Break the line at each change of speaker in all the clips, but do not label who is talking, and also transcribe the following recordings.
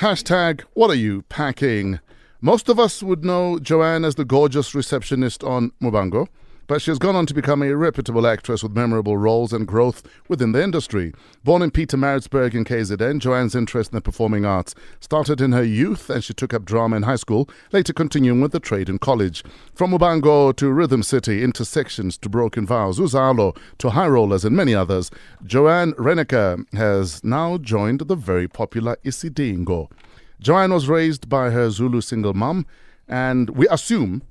Hashtag, what are you packing? Most of us would know Joanne as the gorgeous receptionist on Mubango, but she has gone on to become a reputable actress with memorable roles and growth within the industry. Born in Peter Maritzburg in KZN, Joanne's interest in the performing arts started in her youth and she took up drama in high school, later continuing with the trade in college. From Mubango to Rhythm City, Intersections to Broken Vows, Uzalo to High Rollers and many others, Joanne Reneker has now joined the very popular Isidingo. Joanne was raised by her Zulu single mum, and we assume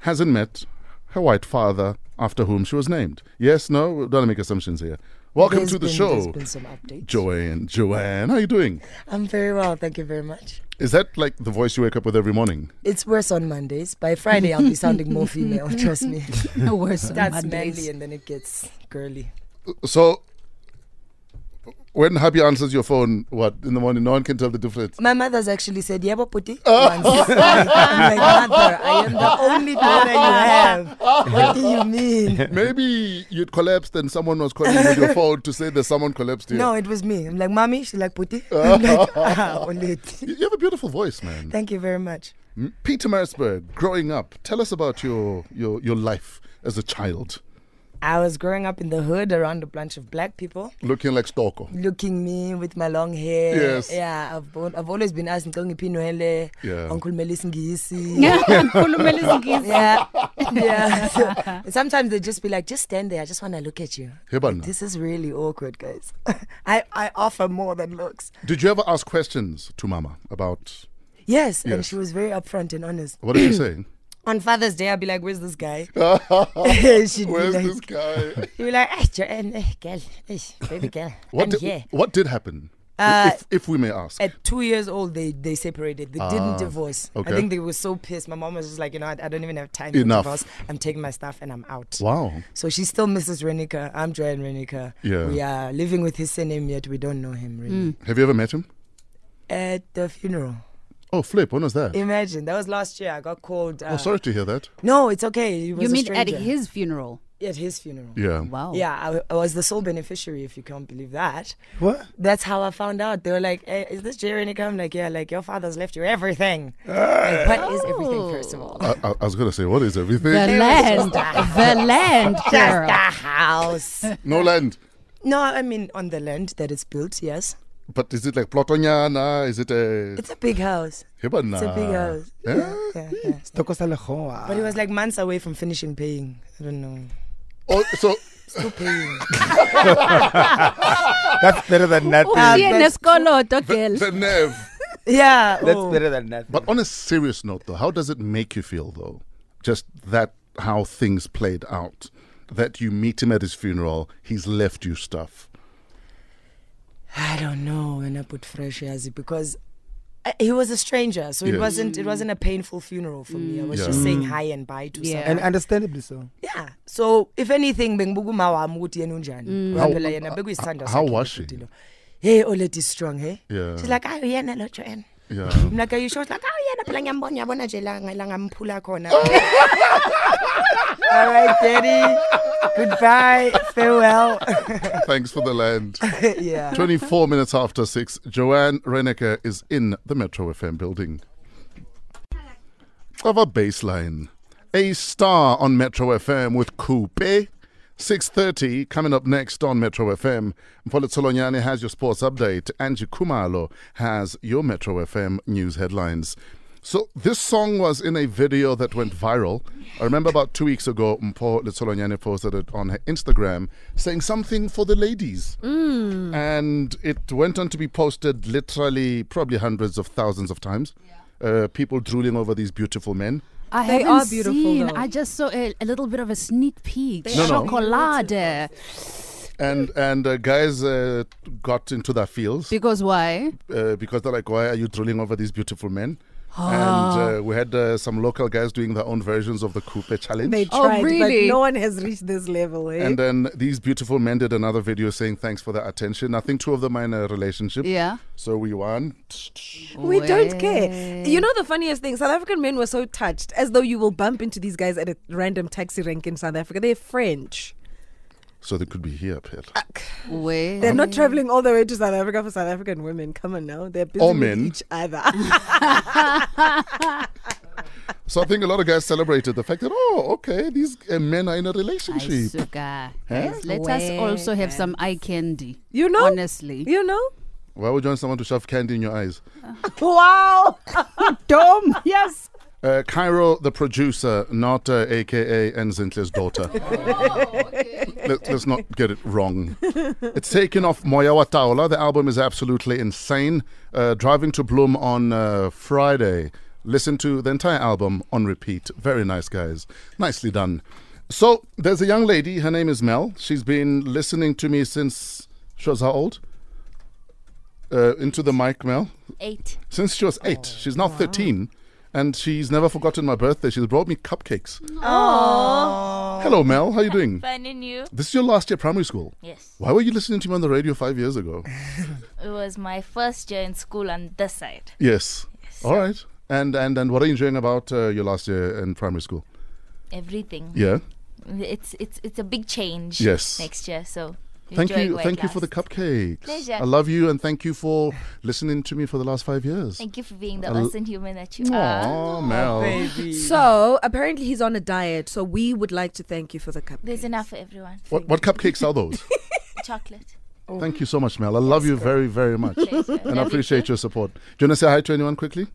hasn't met her white father after whom she was named. Yes, no, don't make assumptions here. Welcome
There's
to the
been- There's
show,
been some updates.
Joanne. Joanne, how are you doing?
I'm very well, thank you very much.
Is that like the voice you wake up with every morning?
It's worse on Mondays. By Friday, I'll be sounding more female. Trust me.
No worse on
That's
Mondays.
manly, and then it gets girly.
So, when Happy answers your phone, what in the morning, no one can tell the difference.
My mother's actually said, "Yebo puti." once. I'm like, mother, I am the only daughter you have. What do you mean?
Maybe you'd collapsed and someone was calling you with your phone to say that someone collapsed here.
No, it was me. I'm like, mommy. She's like, puti. I'm like, ah, oleti."
You you have a beautiful voice, man.
Thank you very much.
M- Peter Marisburg, growing up, tell us about your your your life as a child,
I was growing up in the hood around a bunch of black people.
looking like Stoko.
looking me with my long hair.
Yes.
Yeah, I've, al- I've always been asked Ntongi Pinwele,
Yeah.
Uncle Melis Ngisi.
Ngikhuluma isiNgisi.
yeah. Yeah. Sometimes they just be like, just stand there. I just want to look at you.
Hebana.
This is really awkward, guys. I, I offer more than looks.
Did you ever ask questions to Mama about
Yes, and
Yes.
she was very upfront and honest.
what did you say?
On Father's Day, I'd be like, where's this guy? She'd be
Where's
like,
this guy?
You'd be like, "Eh, Joanne, eh, girl, eh, baby girl,
What
I'm
did,
here.
what did happen?
Uh,
if, if we may ask.
at two years old they they separated they
Ah,
didn't divorce
okay.
i think they were so pissed my mom was just like you know i, I don't even have time
Enough.
for divorce i'm taking my stuff and i'm out
Wow.
so she's still mrs renica i'm joanne renica
Yeah.
we are living with his surname yet we don't know him really
Hmm.
Have you ever met him?
at the funeral
Oh, Flip, when was that?
imagine that was last year i got called uh,
oh, sorry to hear that.
no it's okay He was
You
a
mean at
stranger.
his funeral?
at his funeral
Yeah.
Wow.
yeah I, I was the sole beneficiary if you can't believe that
What?
That's how I found out. They were like, hey, "Is this Jerry?" And I'm like, "Yeah, like your father's left you everything." Like, what is everything, first of all?
I, I, I was going to say, what is everything?
The land. The land,
Just
girl.
a house.
no land.
no, I mean on the land that it's built. Yes,
But is it like Plotonyana? Is it uh, a.
it's a big house.
Hebana?
It's a big house.
Eh?
Yeah, yeah, yeah.
Stoko sa Lekgowa.
But it was like months away from finishing paying. I don't know.
Oh, so.
Still paying.
That's better than nothing.
Usiye
Um, that's-
nesikoloto, girl.
The nerve.
yeah.
That's
oh.
better than nothing.
But on a serious note, though, how does it make you feel, though? Just that how things played out. That you meet him at his funeral, he's left you stuff.
I don't know when I put fresh Yazi because I, he was a stranger, so it
Yes.
wasn't it wasn't a painful funeral for me. I was
Mm. Yeah.
just saying hi and bye to
Yeah.
someone.
and understandably so.
yeah so if anything bengibuka wami ukuthi yena unjani
How- uh,
phela yena bekuyisithanda
how
sakhe
was
le
she?
bhuti lo. hey olady strong hey
Yeah.
she's like ayi yena lo Joanne
Yeah.
I'm like are you sure she's like ayi yena phela ngiyambona uyabona nje la la ngamphula khona all right daddy goodbye farewell
Thanks for the land.
yeah
24 minutes after six, Joanne Reneker is in the Metro FM building. Of a baseline. A star on Metro FM with Coupe. 6.30 coming up next on Metro FM. Mpolo Tsolonyane has your sports update. Angie Kumalo has your Metro FM news headlines. So this song was in a video that went viral. I remember about two weeks ago, Mpo Litsolonyane posted it on her Instagram saying something for the ladies. And it went on to be posted literally probably hundreds of thousands of times. Uh, people drooling over these beautiful men.
I
They
haven't
are beautiful,
seen.
though.
I just saw a, a little bit of a sneak peek.
No, no.
Chocolade.
And and uh, guys uh, got into their fields
Because why?
uh, because they're like, why are you drooling over these beautiful men? And uh, we had uh, some local guys doing their own versions of the Coupe challenge.
They
Oh,
tried,
really?
but no one has reached this level. Eh?
and then these beautiful men did another video saying thanks for their attention. I think two of them are in a relationship.
Yeah.
So we won.
we don't care. You know the funniest thing? South African men were so touched, as though you will bump into these guys at a random taxi rank in South Africa. They're French.
So they could be here, Pearl.
Wait.
Oh.
They're not traveling all the way to South Africa for South African women. Come on now. They're busy
Or
with
men.
each other.
So I think a lot of guys celebrated the fact that, oh, okay, these uh, men are in a relationship.
Isuka.
Huh?
Guys, let us also have some eye candy.
You know?
Honestly.
you know?
Why would you want someone to shove candy in your eyes?
Wow.
Dom, yes.
Uh, Cairo, the producer, not uh, AKA Enzintle's daughter. Let, us not get it wrong. It's taken off Moya Wataola. The album is absolutely insane. Uh, Driving to Bloom on uh, Friday. Listen to the entire album on repeat. Very nice, guys. Nicely done. So there's a young lady. Her name is Mel. She's been listening to me since she was how old? Uh, into the mic, Mel
Eight.
since she was eight. she's now 13. And she's never forgotten my birthday. She's brought me cupcakes. Hello, Mel. How you doing?
Fun and you?
This is your last year primary school.
Yes.
Why were you listening to me on the radio five years ago?
It was my first year in school on this side.
yes. All right. And and and what are you enjoying about uh, your last year in primary school?
Everything.
Yeah.
It's it's it's a big change.
Yes.
Next year, so
Thank
enjoying
you.
while it
Thank you for the
lasts.
cupcakes.
Pleasure.
I love you and thank you for listening to me for the last five years.
Thank you for being the
I'll-
awesome human that you are.
Aw, Mel.
So apparently he's on a diet. So we would like to thank you for the cup.
There's enough for everyone.
What, what cupcakes are those?
Chocolate.
Thank you so much, Mel. I love you very, very much.
Pleasure.
and I appreciate your support. Do you want to say hi to anyone quickly?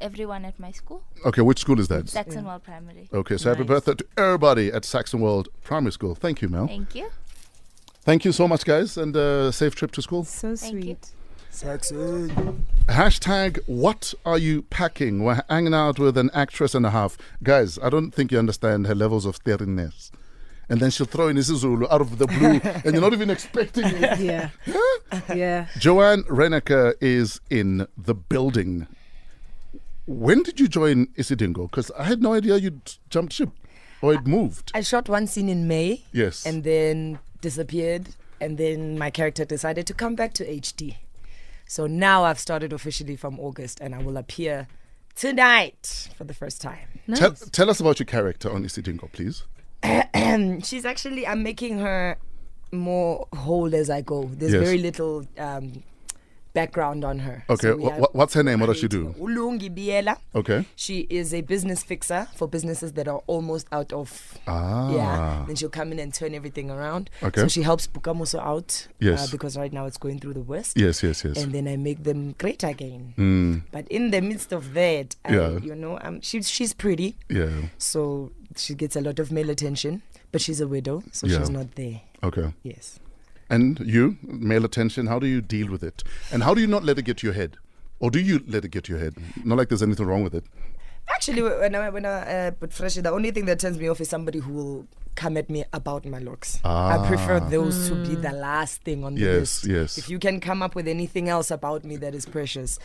everyone at my school.
Okay, which school is that?
Saxonwell Primary.
Okay, so happy birthday to everybody at Saxon World Primary School. Thank you, Mel.
Thank you.
Thank you so much, guys, and uh, safe trip to school.
So
Thank you.
sweet.
Saxon.
Hashtag What Are You Packing? We're hanging out with an actress and a half. Guys, I don't think you understand her levels of steeriness. And then she'll throw in Isizulu out of the blue, and you're not even expecting it.
Yeah. yeah.
Joanne Reneker is in the building. When did you join Isidingo? Because I had no idea you'd jumped ship or it moved.
I shot one scene in May
Yes.
and then disappeared, and then my character decided to come back to HD. So now I've started officially from August, and I will appear tonight for the first time.
Tell, tell us about your character on Isidingo, please.
She's actually I'm making her more whole as I go. There's
Yes.
very little um, background on her.
Okay,
So we
wha-
are
wha- what's her name? What does she do?
creating- Ulungi Biela.
Okay.
She is a business fixer for businesses that are almost out of
Ah.
Yeah. Then she'll come in and turn everything around.
Okay.
So she helps Bukamoso out.
Yes.
Uh, because right now it's going through the worst.
Yes, yes, yes.
And then I make them great again.
Mm,
But in the midst of that, I,
Yeah.
you know, um, she's she's pretty,
yeah.
so she gets a lot of male attention. But she's a widow, so
Yeah.
she's not there.
Okay.
Yes.
And you, male attention, how do you deal with it? And how do you not let it get to your head? Or do you let it get to your head? Not like there's anything wrong with it.
Actually, wh- when I when I uh, put fresh, the only thing that turns me off is somebody who will come at me about my looks. I prefer those to be the last thing on the
Ah. Yes,
list.
yes.
If you can come up with anything else about me that is precious,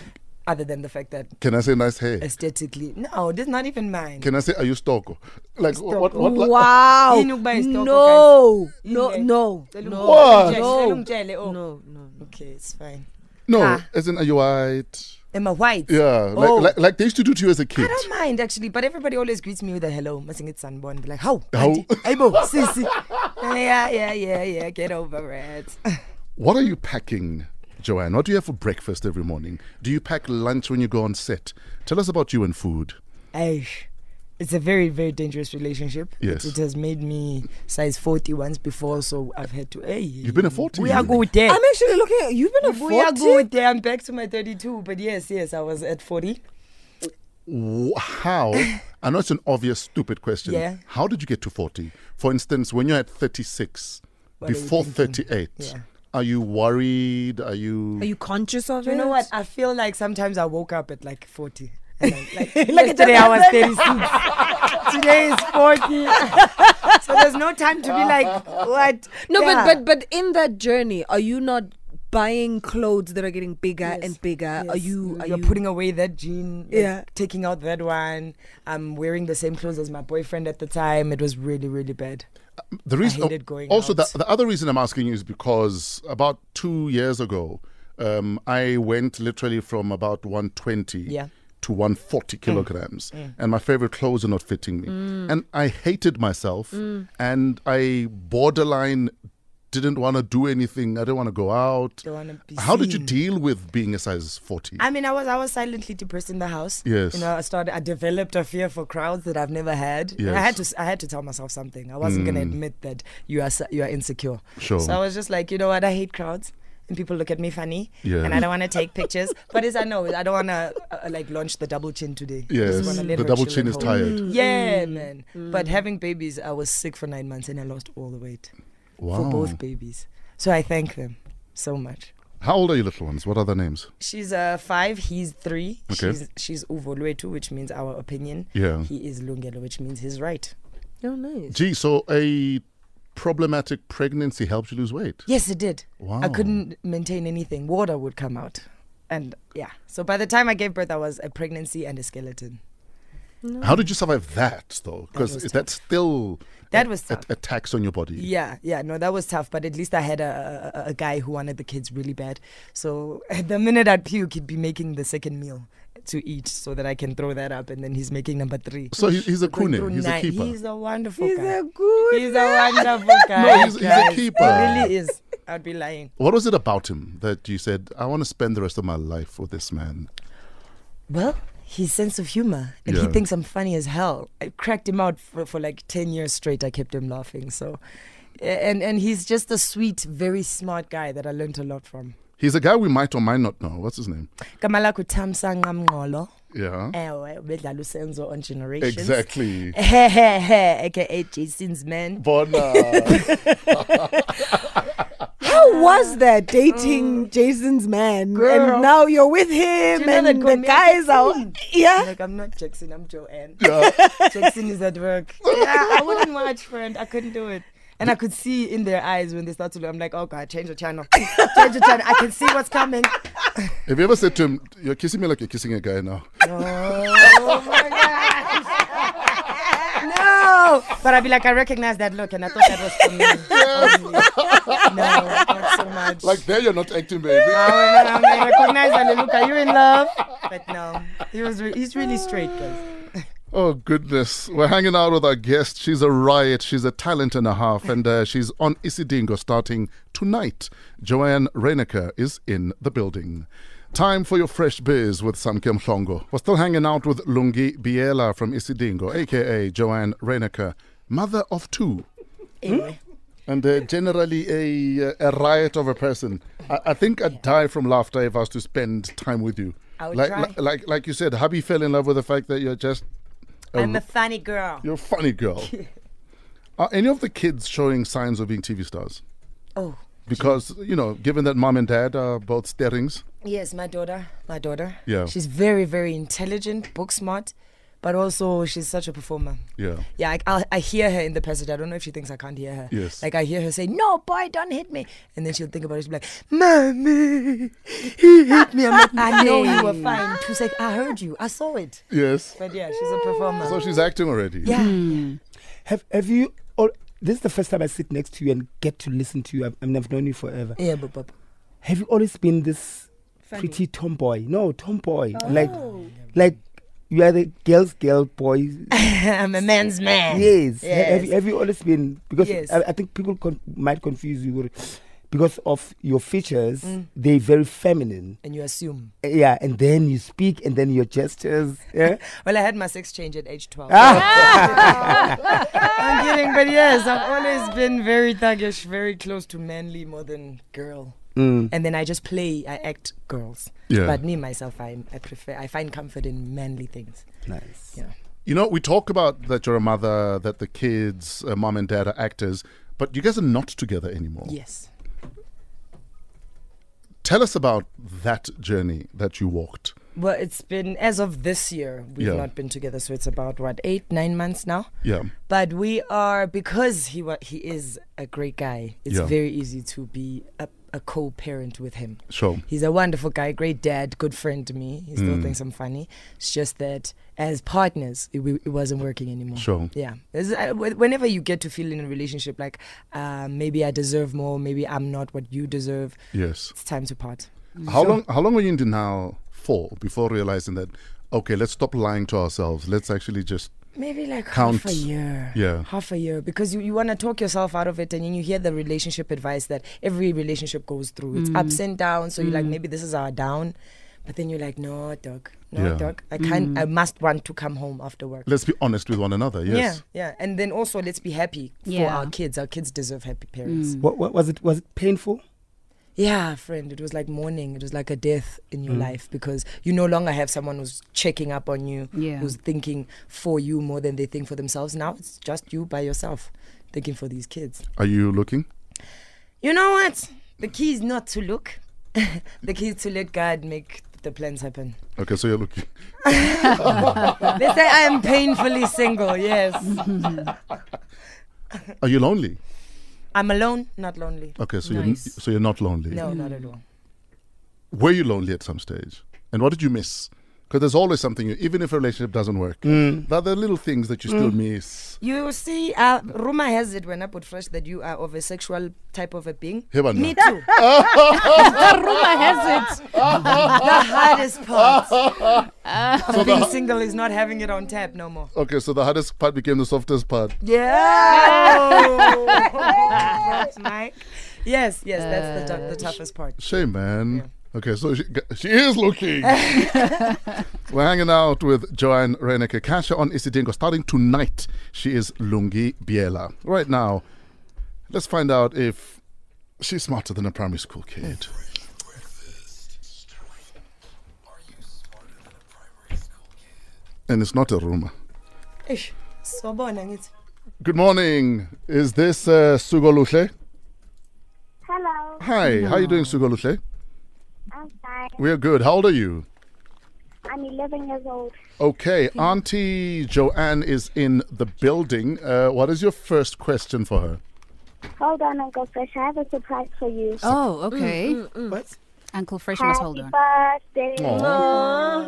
other than the fact that
Can I say nice hair?
aesthetically, no, this not even mine.
Can I say, are you stalker? Like, what? what, what
Wow.
Yini ukuba yisitoko,
No. No.
Yini.
No.
Cela
No.
What?
ungitshele,
No.
cela ungitshele, oh.
No. No.
Okay, it's fine.
no,
Ah.
as in, are you white?
Am I white?
Yeah, like,
Oh.
like, like they used to do to you as a kid.
I don't mind actually, but everybody always greets me with a hello. Missing it's sunborn. Be like, how?
How?
Auntie? Aibo, sissy. yeah, yeah, yeah, yeah. Get over it.
What are you packing, Joanne? What do you have for breakfast every morning? Do you pack lunch when you go on set? Tell us about you and food.
Aish. It's a very, very dangerous relationship. but
Yes.
It has made me size 40 once before, so I've had to. Hey, You've
been a 40?
We are good eh? there.
I'm actually looking at you've been a
we are
40?
good there. I'm back to my 32, but yes, yes, I was at 40.
Wh- How? I know it's an obvious, stupid question.
Yeah.
How did you get to 40? For instance, when you're at 36,
What are you
before
thinking?
38,
Yeah.
are you worried? Are you.
Are you conscious of it?
You know what? I feel like sometimes I woke up at like 40. And I'm Like,
Like it just
yesterday I was 36. Today is 40. so there's no time to be like, what?
No,
Yeah.
but, but but in that journey, are you not buying clothes that are getting bigger
Yes,
and bigger? Are
yes,
you are
You're
you
putting away that jean. like,
Yeah.
Taking out that one. I'm wearing the same clothes as my boyfriend at the time. It was really, really bad.
The reason
hated going
also
out.
The, the other reason I'm asking you is because about two years ago, um, I went literally from about 120
Yeah. Mm.
to 140 kilograms, and my favorite clothes are not
Mm.
fitting me, and I hated myself, and I borderline didn't want to do anything. I didn't want to go out.
Don't wanna be
How did you
seen.
deal with being a size 40?
I mean, I was I was silently depressed in the house.
Yes.
You know, I started. I developed a fear for crowds that I've never had.
Yes. Mm.
I had to. s- I had to tell myself something. I wasn't going to admit that you are s- you are insecure.
Sure.
So I was just like, you know what? I hate crowds. And people look at me funny,
Yeah.
and I don't want to take pictures. But as I know, I don't want to uh, like launch the double chin today.
yes,
Just wanna let
the
her
double
chill
chin
at
is
home. Mm.
tired.
Yeah, man. But having babies, I was sick for nine months, and I lost all the weight
Wow.
for both babies. So I thank them so much.
How old are your little ones? What are their names?
She's uh five, he's three.
Okay.
She's she's Uvolwetu, which means our opinion.
Yeah.
He is Lungelo, which means he's right.
Oh, nice.
Gee, so a problematic pregnancy helped you lose weight.
Yes, it did.
Wow.
I couldn't maintain anything. Water would come out. And yeah. So by the time I gave birth I was a pregnancy and a skeleton.
How did you survive that though? Because
was
that's still
That was
a-
tough.
a tax on your body.
Yeah, yeah, no, that was tough, but at least I had a, a, a- a guy who wanted the kids really bad. So the minute I'd puke, he'd be making the second meal to eat so that I can throw that up, and then he's making number three.
So he- he's a
Going
kune,
through
he's a
nine-
keeper.
He's a wonderful
He's
guy.
a good.
He's a wonderful guy.
No, he's- he's a
guys.
keeper.
He really is. I'd be lying.
What was it about him that you said, I want to spend the rest of my life with this man?
Well, his sense of humor, and he
Yeah.
thinks I'm funny as hell. I cracked him out for, for like ten years straight. I kept him laughing. So, and and he's just a sweet, very smart guy that I learned a lot from.
He's a guy we might or might not know. What's his name?
Kamala Kutamsa Ngamngolo.
Yeah.
Ewe, ubedlala usenzo on generations.
Exactly.
Hehehe, aka Jason's man.
Bona.
How was that dating Jason's man?
Mm. Girl.
And now you're with him,
Do you know that
and the
Gomez-
guys are. Yeah.
Like I'm not Jackson, I'm Joanne. Jackson is at work. Yeah, I wouldn't watch, friend. I couldn't do it. And I could see in their eyes when they start to look. I'm like, oh god, change the channel, change the channel. I can see what's coming.
Have you ever said to him, You're kissing me like you're kissing a guy now?
Oh my gosh. No, but I'd be like, I recognize that look, and I thought that was for me. Only. No, not so much.
Like, there you're not acting, baby.
I mean, I recognize and look, are you in love? But no, he was re- he's really straight, guys.
Oh, goodness. We're hanging out with our guest. She's a riot. She's a talent and a half. And uh, she's on Isidingo starting tonight. Joanne Reinecker is in the building. Time for your fresh biz with Samkem Mhlongo. We're still hanging out with Lungi Biela from Isidingo, aka Joanne Reinecker, mother of two.
Anyway,
And uh, generally a, uh, a riot of a person. I, I think I'd die from laughter if I was to spend time with you.
I would
like,
try.
like, like, like you said, hubby fell in love with the fact that you're just
I'm a funny girl.
you're a funny girl. Are any of the kids showing signs of being TV stars?
Oh,
Because, you know, given that mom and dad are both sterings.
yes, my daughter, my daughter.
Yeah.
She's very, very intelligent, book smart, but also she's such a performer.
Yeah.
Yeah, I, I'll, I hear her in the passage. I don't know if she thinks I can't hear her.
Yes.
Like I hear her say, "No, boy, don't hit me," and then she'll think about it. She'll be like, "Mommy, he hit me." I'm like, "I know you were fine." She's like, "I heard you. I saw it."
Yes.
But yeah, she's a performer.
So she's acting already.
yeah.
Have Have you? Or this is the first time I sit next to you and get to listen to you. I've, I mean, I've known you forever.
Yeah, but, but
Have you always been this pretty tomboy? No, tomboy.
Oh.
Like, like you are the girl's girl, boy.
I'm a man's man.
yes. Ha-
Yes.
Have, you, have you always been? Because
Yes.
I, I think people con- might confuse you with- because of your features.
Mm.
They're very feminine.
And you assume.
Yeah, and then you speak, and then your gestures. Yeah.
Well, I had my sex change at age 12.
ah,
Ah!
I'm kidding, but yes, I've always been very thuggish, very close to manly more than girl.
Mm.
And then I just play, I act girls.
Yeah.
But me, myself, I, I prefer, I find comfort in manly things.
nice.
You know, we talk about that you're a mother, that the kids, uh, mom and dad are actors, but you guys are not together anymore.
Yes.
Tell us about that journey that you walked.
Well, it's been, as of this year, we've
Yeah.
not been together. So it's about, what, eight, nine months now?
Yeah.
But we are because he wa- he is a great guy. It's
Yeah.
very easy to be a, a co-parent with him.
Sure.
He's a wonderful guy, great dad, good friend to me. He
Mm.
still thinks I'm funny. It's just that as partners, it, we, it wasn't working anymore.
Sure.
Yeah. It's- I- wh- whenever you get to feel in a relationship like uh, maybe I deserve more, maybe I'm not what you deserve,
Yes.
it's time to part.
How long how long were you in denial for before realizing that okay, let's stop lying to ourselves. Let's actually just
Maybe like half
Count.
a year.
Yeah.
Half a year. Because you, you want to talk yourself out of it and then you hear the relationship advice that every relationship goes through.
Mm.
It's ups and downs. So you're like, maybe this is our down. But then you're like, no, dog. No,
Yeah.
dog. I can't, I must want to come home after work.
Let's be honest with one another. Yes.
Yeah, yeah. And then also, let's be happy for
Yeah. Mm.
our kids. Our kids deserve happy parents.
What, what was it? Was it painful?
Yeah, friend. It was like mourning. It was like a death in your
Mm.
life because you no longer have someone who's checking up on you,
Yeah.
who's thinking for you more than they think for themselves. Now it's just you by yourself thinking for these kids.
Are you looking?
You know what? The key is not to look, the key is to let God make the plans happen.
Okay, so you're looking.
they say I am painfully single, yes.
Are you lonely?
I'm alone, not lonely.
Okay, so you're so you're not lonely.
No, not at all.
Were you lonely at some stage? And what did you miss? Because there's always something, you, even if a relationship doesn't work, there are the little things that you still miss.
You see, uh, rumor has it when I put fresh that you are of a sexual type of a being.
Here
Me
one.
too.
The rumor has it.
the hardest part
So
of being
the,
single is not having it on tap no more.
okay, so the hardest part became the softest part.
Yeah. Mike. Yes, yes, that's the, tou- the toughest part.
Shame, man. Okay, so she, she is looking. We're hanging out with Joanne Reneke Kasha on Isidingo. Starting tonight, she is Lungi Biela. Right now, let's find out if she's smarter than a primary school kid. And it's not a rumor.
Ish. So born and it's
Good morning. Is this uh, Sugo Luhle?
Hello,
Hi, how are you doing, Sugo Luhle?
I'm fine.
We are good. How old are you?
I'm 11 years old.
Okay, Auntie Joanne is in the building. Uh, what is your first question for her?
Hold on, Uncle Fresh. I have a surprise for you.
Oh, okay.
Mm,
What?
Uncle Fresh must hold
Happy
on.
birthday
Aw.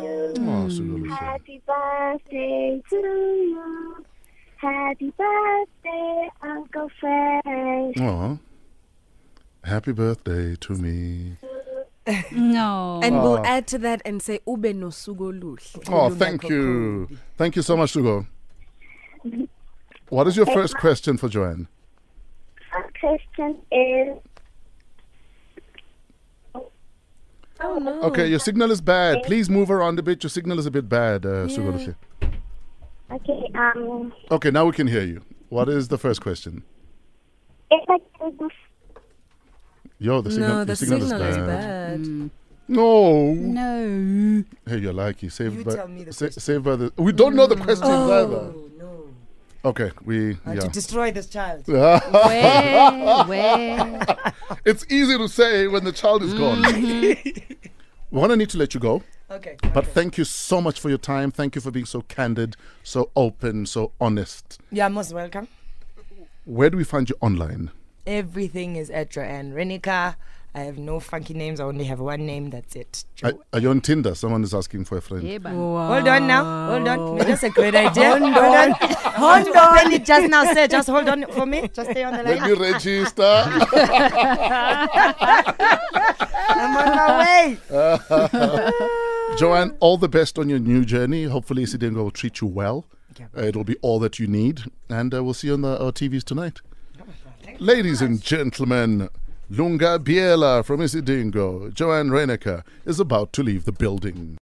to
Oh,
you.
Sugoluse.
Happy birthday to you. Happy birthday, Uncle Fresh.
Aw. Happy birthday to me.
No.
And we'll add to that and say ube no sugo luhle."
Oh, thank you. Thank you so much, Sugo. What is your first question for Joanne?
Our question is
Okay, your signal is bad. Please move around a bit. Your signal is a bit bad, uh, Sugoluse.
okay. Um,
Okay, now we can hear you. What is the first question?
if I can do
Yo, the signal,
No,
your
the
signal,
signal
is
is
bad.
bad.
Mm.
No.
no.
Hey, you're lucky. Saved
You
by,
tell me the
sa-
question.
saved by the. We don't know the questions either.
Oh, no.
Okay, we. yeah.
I have to destroy this child.
Where? Where?
It's easy to say when the child is gone. We're gonna need to let you go,
Okay.
but thank you so much for your time. Thank you for being so candid, so open, so honest.
Yeah, most welcome.
Where do we find you online?
Everything is at Joanne Renica. I have no funky names. I only have one name. That's it.
Are, are you on Tinder? Someone is asking for a friend.
Yeah, but-
Hold on now. Hold on. That's a great idea. hold on. Hold on. It just now said, just hold on for me. Just stay on the
Let
line.
me register.
I'm on my way.
Joanne, all the best on your new journey. Hopefully, Isidingo will treat you well. Uh, it'll be all that you need. And uh, we'll see you on the, our TVs tonight. Ladies and gentlemen, Lunga Biela from Isidingo, Joanne Reneker, is about to leave the building.